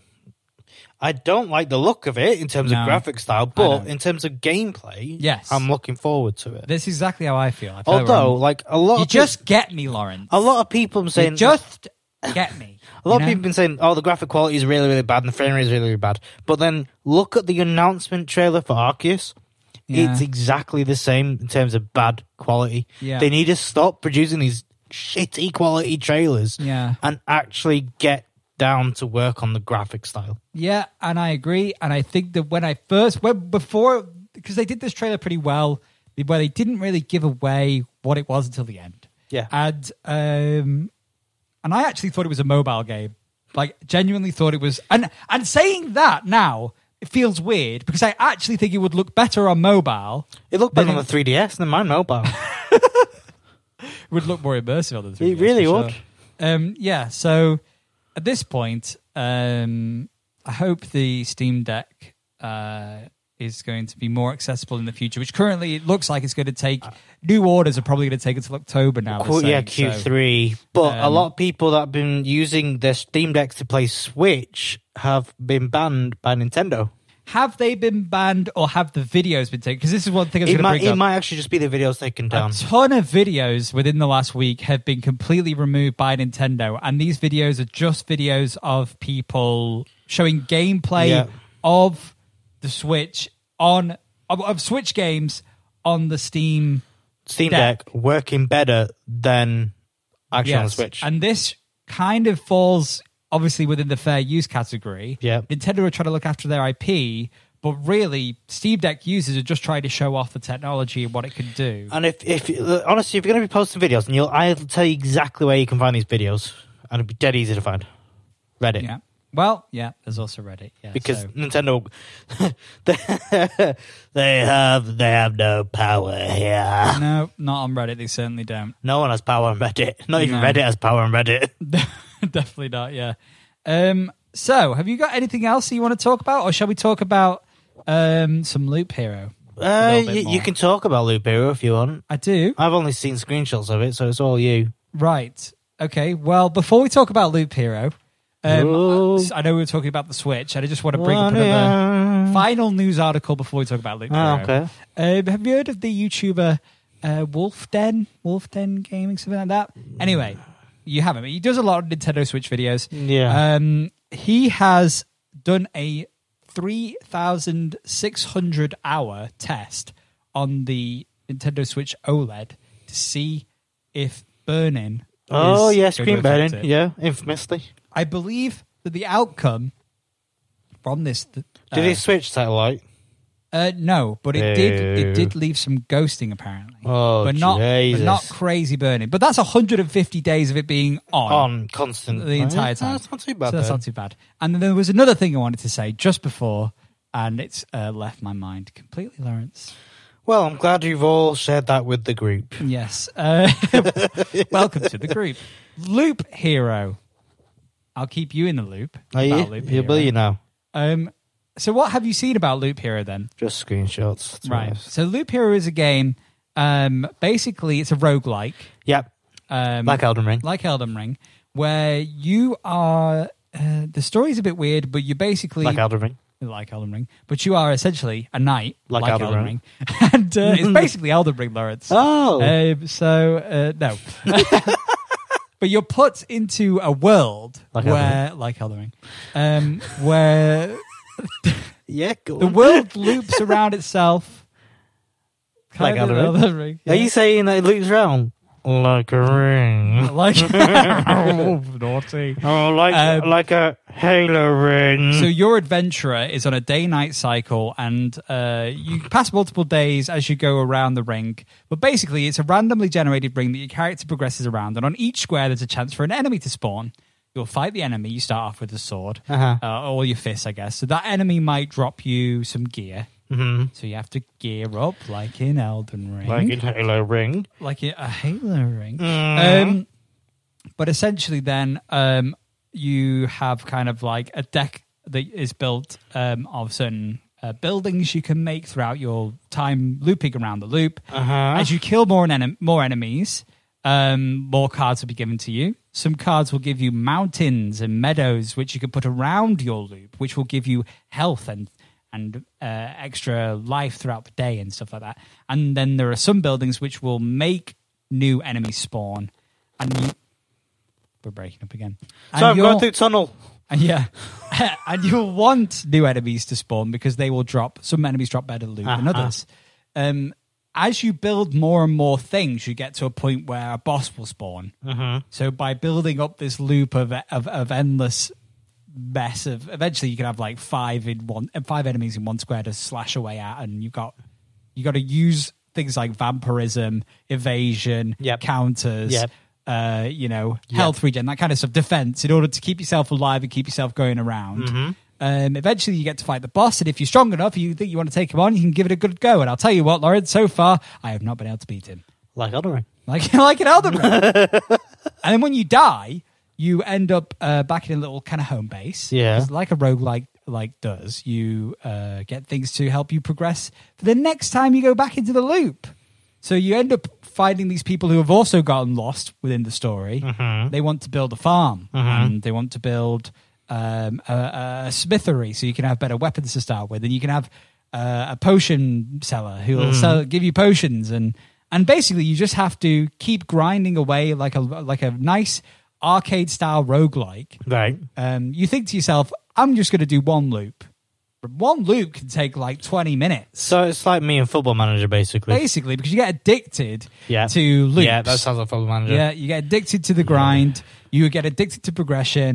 I don't like the look of it in terms
No.
of graphic style,
don't.
but in terms of gameplay,
Yes.
I'm looking forward to it.
That's exactly how I feel. I feel
Although,
we're on-
like a lot,
you
of peop-
just get me, Lawrence.
a lot of people have been
You
saying
just get me.
A
you
lot of
know?
people have been saying, oh, the graphic quality is really, really bad and the frame rate is really, really bad. But then look at the announcement trailer for Arceus.
Yeah.
It's exactly the same in terms of bad quality.
Yeah.
They need to stop producing these shitty quality trailers
Yeah.
and actually get down to work on the graphic style.
Yeah, and I agree. And I think that when I first when before because they did this trailer pretty well, where they didn't really give away what it was until the end.
Yeah.
and um, and I actually thought it was a mobile game. Like genuinely thought it was. And and saying that now it feels weird because I actually think it would look better on mobile.
It looked
Then
better on the 3DS than my mobile.
It would look more immersive on the 3DS.
really
for
would.
sure. Um, yeah. So at this point, um, I hope the Steam Deck uh, is going to be more accessible in the future, which currently it looks like it's going to take. New orders are probably going to take until October now. they're
Uh, Cool, yeah,
saying, so-
Q3. but a
um,
lot of people that have been using their Steam Decks to play Switch have been banned by Nintendo.
Have they been banned or have the videos been taken? Because this is one thing I was
It
going to
might,
bring
it
up.
might actually just be the videos taken down.
A ton of videos within the last week have been completely removed by Nintendo, and these videos are just videos of people showing gameplay
Yeah.
of the Switch on of, of Switch games on the Steam
Steam
Deck.
Deck, working better than actually on the
Yes.
Switch.
And this kind of falls obviously within the fair use category.
Yeah.
Nintendo are trying to look after their IP, but really Steam Deck users are just trying to show off the technology and what it can do.
And if, if uh, honestly, if you're going to be posting videos, and you'll, I'll tell you exactly where you can find these videos, and it'll be dead easy to find. Reddit,
yeah. Well, yeah, there's also Reddit. Yeah.
because
so-
Nintendo, they, they have they have no power here.
No, not on Reddit. They certainly don't.
No one has power on Reddit. Not even
No.
Reddit has power on Reddit.
Definitely not. Yeah. Um. So, have you got anything else that you want to talk about, or shall we talk about um some Loop Hero? A
Uh,
little bit
you, you
more.
can talk about Loop Hero if you want.
I do.
I've only seen screenshots of it, so it's all you.
Right. Okay. Well, before we talk about Loop Hero, um,
Ooh.
I know we were talking about the Switch, and I just want to bring up another final news article before we talk about Loop
Ah,
Hero.
okay.
Um, have you heard of the YouTuber uh, Wolf Den? Wolf Den Gaming, something like that. Anyway, you haven't. but He does a lot of Nintendo Switch videos.
Yeah.
Um, he has done a 3,600 hour test on the Nintendo Switch OLED to see if burning.
oh
is
yeah,
going to
screen
affect
burning.
it.
Yeah, infamously.
I believe that the outcome from this. th-
Did
uh,
he switch satellite?
Uh, no, but it did. It
Ew.
did leave some ghosting apparently,
Oh,
but not
Jesus.
but not crazy burning. But that's 150 days of it being on.
on constant
the entire time.
That's not too bad.
So that's
then.
not too bad. And then there was another thing I wanted to say just before, and it's uh, left my mind completely, Lawrence.
Well, I'm glad you've all shared that with the group.
Yes. Uh, welcome to the group. Loop Hero. I'll keep you in the loop.
Are
about
you?
Loop
You're
Hero.
you now.
Um, so, what have you seen about Loop Hero then?
Just screenshots. to be
Right.
honest.
So, Loop Hero is a game. Um, basically, it's a roguelike.
Yep.
Um,
Like Elden Ring.
like Elden Ring, where you are. Uh, the story's a bit weird, but you basically
Like Elden Ring.
like Elden Ring, but you are essentially a knight
Like Elden
Ring, and uh, it's basically Elden Ring, Lawrence.
Oh.
Um, so uh, no, but you're put into a world
Like Elden
where, like Elden Ring, um, where
yeah, go
the
on.
world loops around itself.
Like
Kind of
Elden Ring? Are you saying that it loops round? Like a ring.
Like Oh, naughty.
Oh, like
Um,
like a halo ring.
So your adventurer is on a day-night cycle, and uh, you pass multiple days as you go around the ring. But basically, it's a randomly generated ring that your character progresses around, and on each square, there's a chance for an enemy to spawn. You'll fight the enemy. You start off with a sword
Uh-huh.
uh, or your fists, I guess. So that enemy might drop you some gear,
hmm
so you have to gear up, like in Elden Ring,
Like in halo ring.
like in a Halo ring.
Mhm.
Um, but essentially, then um, you have kind of like a deck that is built um, of certain uh, buildings you can make throughout your time looping around the loop.
Uh-huh.
As you kill more enem- more enemies, um, more cards will be given to you. Some cards will give you mountains and meadows, which you can put around your loop, which will give you health and and uh, extra life throughout the day and stuff like that. And then there are some buildings which will make new enemies spawn, and you. We're breaking up again.
So I'm
And you'll-
going through tunnel.
and yeah, and you'll want new enemies to spawn because they will drop. Some enemies drop better loot than
Uh-huh.
others. Um, as you build more and more things, you get to a point where a boss will spawn.
Mm-hmm.
So by building up this loop of of, of endless mess of eventually you can have like five in one uh, five enemies in one square to slash away at and you got you got to use things like vampirism evasion
Yep.
counters
Yep.
uh you know health regen that kind of stuff defense in order to keep yourself alive and keep yourself going around
Mm-hmm.
um eventually you get to fight the boss and if you're strong enough you think you want to take him on you can give it a good go and i'll tell you what lauren so far i have not been able to beat him
Like Elden Ring.
like like an Elden Ring. and then when you die, you end up uh, back in a little kind of home base.
Yeah.
'Cause like a roguelike like does, you uh, get things to help you progress for the next time you go back into the loop. So you end up finding these people who have also gotten lost within the story. They want to build a farm and they want to build um, a, a smithery so you can have better weapons to start with, and you can have uh, a potion seller who will sell, give you potions and and basically you just have to keep grinding away like a like a nice arcade style roguelike
Right.
um, you think to yourself i'm just going to do one loop but one loop can take like 20 minutes
So it's like me and Football Manager, basically.
basically because you get addicted
yeah.
to loops
Yeah, that sounds like Football Manager.
yeah, you get addicted to the grind. You get addicted to progression,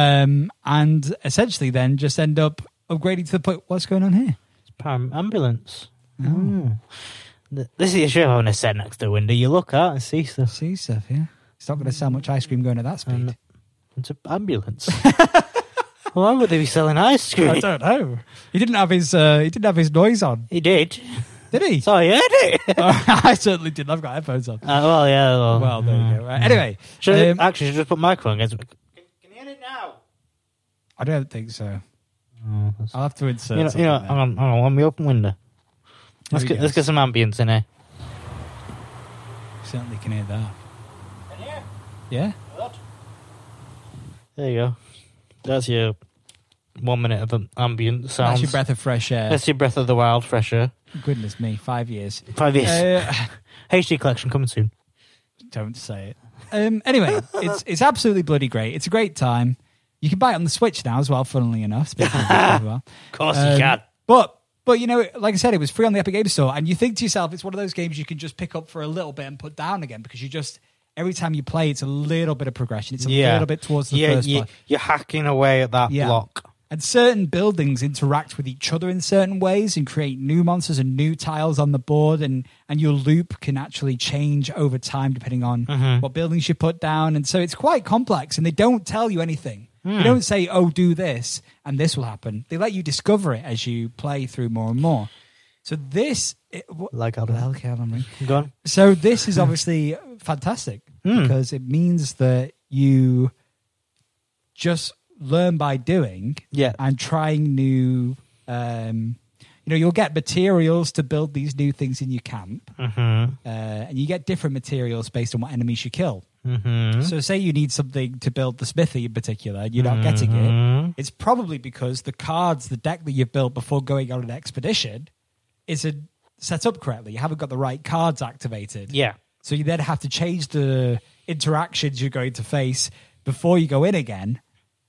um, and essentially then just end up upgrading to the point. What's going on here?
Param- ambulance.
Oh.
Mm. Th- This is the issue having a set next to the window. You look out and see stuff.
See stuff, yeah. It's not going to sell much ice cream going at that speed.
Um, It's an ambulance. Why would they be selling ice cream?
don't know. He didn't have his uh, he didn't have his noise on,
He did.
did he?
So I heard it.
I certainly didn't. I've got headphones on.
eh? Uh, well, yeah. Well, hmm.
Well, there you go. Right. Anyway,
Should
um,
I, actually, should I just put microphone against it? Can, can you hear it now?
I don't think so.
Oh, that's-
I'll have to insert.
you know, you know
something there.
hang on, hang on, let me open window. Let's
we
get,
go.
let's get some ambience in here.
certainly can hear that. Yeah.
There you go. That's your one minute of am- ambient sounds.
That's your breath of fresh air.
That's your breath of the wild, fresher.
Goodness me, five years.
Five years.
Uh,
HD collection coming soon.
Don't say it. Um, anyway, it's it's absolutely bloody great. It's a great time. You can buy it on the Switch now as well. Funnily enough, speaking of which as well.
Of course
Um,
you can.
But but you know, like I said, it was free on the Epic Games Store, and you think to yourself, it's one of those games you can just pick up for a little bit and put down again because you just every time you play, it's a little bit of progression. It's a little bit towards the
yeah,
first
you,
one.
You're hacking away at that
Yeah.
block.
And certain buildings interact with each other in certain ways and create new monsters and new tiles on the board. And, and your loop can actually change over time depending on what buildings you put down. And so it's quite complex and they don't tell you anything. They don't say, oh, do this and this will happen. They let you discover it as you play through more and more. So this. It, what,
Like
what
Elden
the hell, Calvin Ring?
Go on.
So this is obviously fantastic because it means that you just learn by doing
Yeah.
and trying new um you know you'll get materials to build these new things in your camp
Mm-hmm.
uh, and you get different materials based on what enemies you kill
Mm-hmm.
so say you need something to build the smithy in particular and you're not getting it
Mm-hmm.
it's probably because the cards, the deck that you've built before going on an expedition, isn't set up correctly. You haven't got the right cards activated.
Yeah.
So you then have to change the interactions you're going to face before you go in again.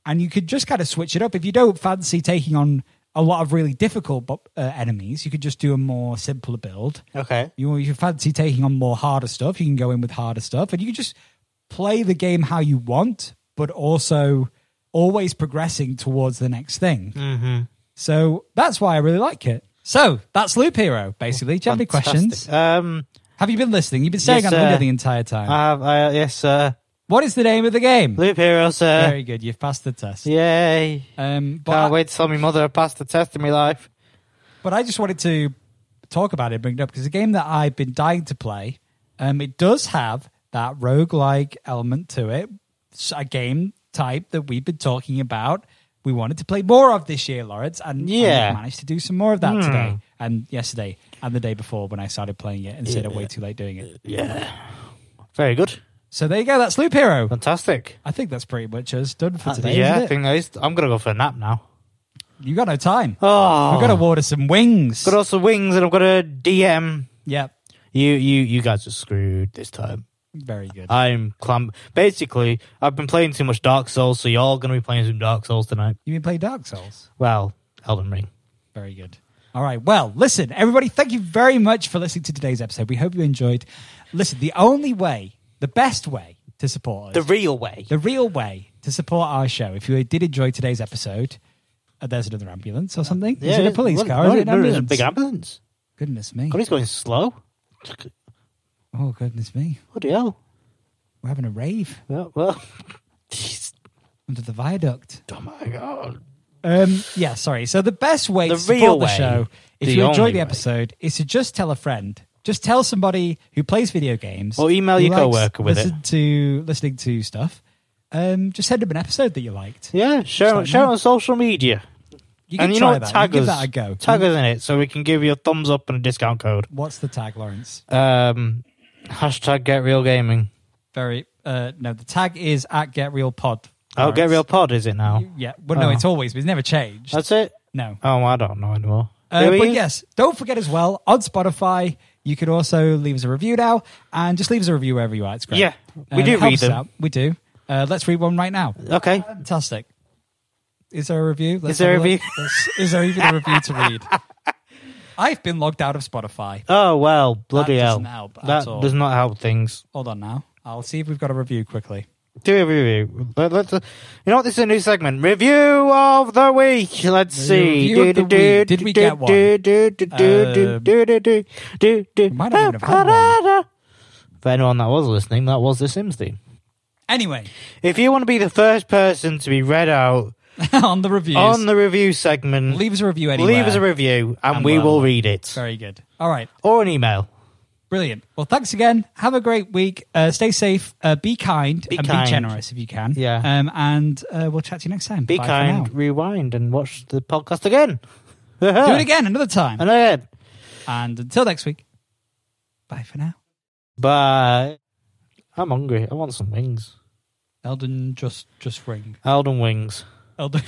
And you could just kind of switch it up. If you don't fancy taking on a lot of really difficult bu- uh, enemies, you could just do a more simpler build.
Okay.
You, if you fancy taking on more harder stuff, you can go in with harder stuff, and you can just play the game how you want, but also always progressing towards the next thing.
Mm-hmm.
So that's why I really like it. So that's Loop Hero, basically. Do you have any questions?
Um,
Have you been listening? You've been staying
Yes,
on the window
sir. Uh,
the entire time.
I have. I, yes, sir.
what is the name of the game?
Loop hero, sir.
Very good. You've passed the test.
Yay!
Um, but,
uh,
I,
Can't wait to tell my mother I passed the test in my life.
but I just wanted to talk about it, bring it up because it's a game that I've been dying to play. Um, it does have that roguelike element to it, It's a game type that we've been talking about. We wanted to play more of this year, Lawrence, and and we
Yeah. Hmm.
managed to do some more of that today and yesterday and the day before when I started playing it instead of way too late doing it.
Yeah. Very good.
So there you go. That's Loop Hero.
Fantastic. Uh,
I think that's pretty much us done for today. isn't
yeah, I
it?
think that is. I'm gonna go for a nap now.
you got no time.
Oh,
I've got to order some wings.
got also wings, and I've got a DM.
Yep.
You, you, you guys are screwed this time.
Very good.
I'm clam. Basically, I've been playing too much Dark Souls, so y'all gonna be playing some Dark Souls tonight.
you been playing Dark Souls?
Well, Elden Ring.
Very good. All right. Well, listen, everybody, thank you very much for listening to today's episode. We hope you enjoyed. Listen, the only way, the best way to support us,
The real way.
the real way to support our show, if you did enjoy today's episode, uh, there's another ambulance or something. is it a police
what-
car? Is
what-
it an
there is
ambulance?
a big ambulance.
goodness me.
God, he's going slow.
Oh, goodness me.
Bloody hell.
We're having a rave
Yeah, well, jeez.
under the viaduct.
Oh my god.
Um, yeah, sorry. So the best way
The
to support
real
the
way,
show, if
the
you enjoyed
only
the
way.
episode, is to just tell a friend. Just tell somebody who plays video games,
Or email
who
your
likes
coworker with it.
listen To listening to stuff, um, just send them an episode that you liked.
Yeah, share,
like
share
that.
on social media.
You can
and you know
try
what?
that.
Tag
you give
us.
that a go.
Tag us in it so we can give you a thumbs up and a discount code.
What's the tag, Lawrence?
Um, hashtag get real gaming.
Very. Uh, no, the tag is at Get Real Pod.
Oh, get
Lawrence.
real pod is it now?
Yeah. Well, no,
Oh.
it's always. It's never changed.
That's it.
no.
Oh, I don't know anymore.
Uh,
Do
but
we?
yes, don't forget as well on Spotify. You can also leave us a review now, and just leave us a review wherever you are. It's great.
Yeah, we
Um,
do
it helps
read
us
them.
out. We do. Uh, let's read one right now.
Okay.
Fantastic. Is there a review? Let's
Is there
have
a
look.
review?
Let's- Is there even a review to read? I've been logged out of Spotify.
Oh well, bloody hell.
doesn't help at
that
all.
does not help things.
Hold on now. I'll see if we've got a review quickly.
Do a review. Let, us you know what? This is a new segment. Review of the week. Let's see.
Review of the
Do,
week.
do,
Did we
do,
get one?
do, do, do, do, do,
Um,
do, do, do, do, do.
might not even have had
For anyone that was listening, that was the Sims theme.
Anyway,
If you want to be the first person to be read out
on the reviews,
on the review segment,
leave us a review anywhere.
leave us a review and,
And
we
we'll-
will read it.
Very good. All right.
Or an email.
Brilliant. Well, thanks again. Have a great week. Uh, stay safe. Uh, be kind and
kind.
be generous if you can.
Yeah.
Um, and uh, we'll chat to you next time.
Be
Bye for
kind,
now.
rewind, and watch the podcast again. Do
Do it again another time.
And again.
And until next week, bye for now.
Bye. I'm hungry. I want some wings.
Eldon, just just ring.
Alden wings.
Eldon.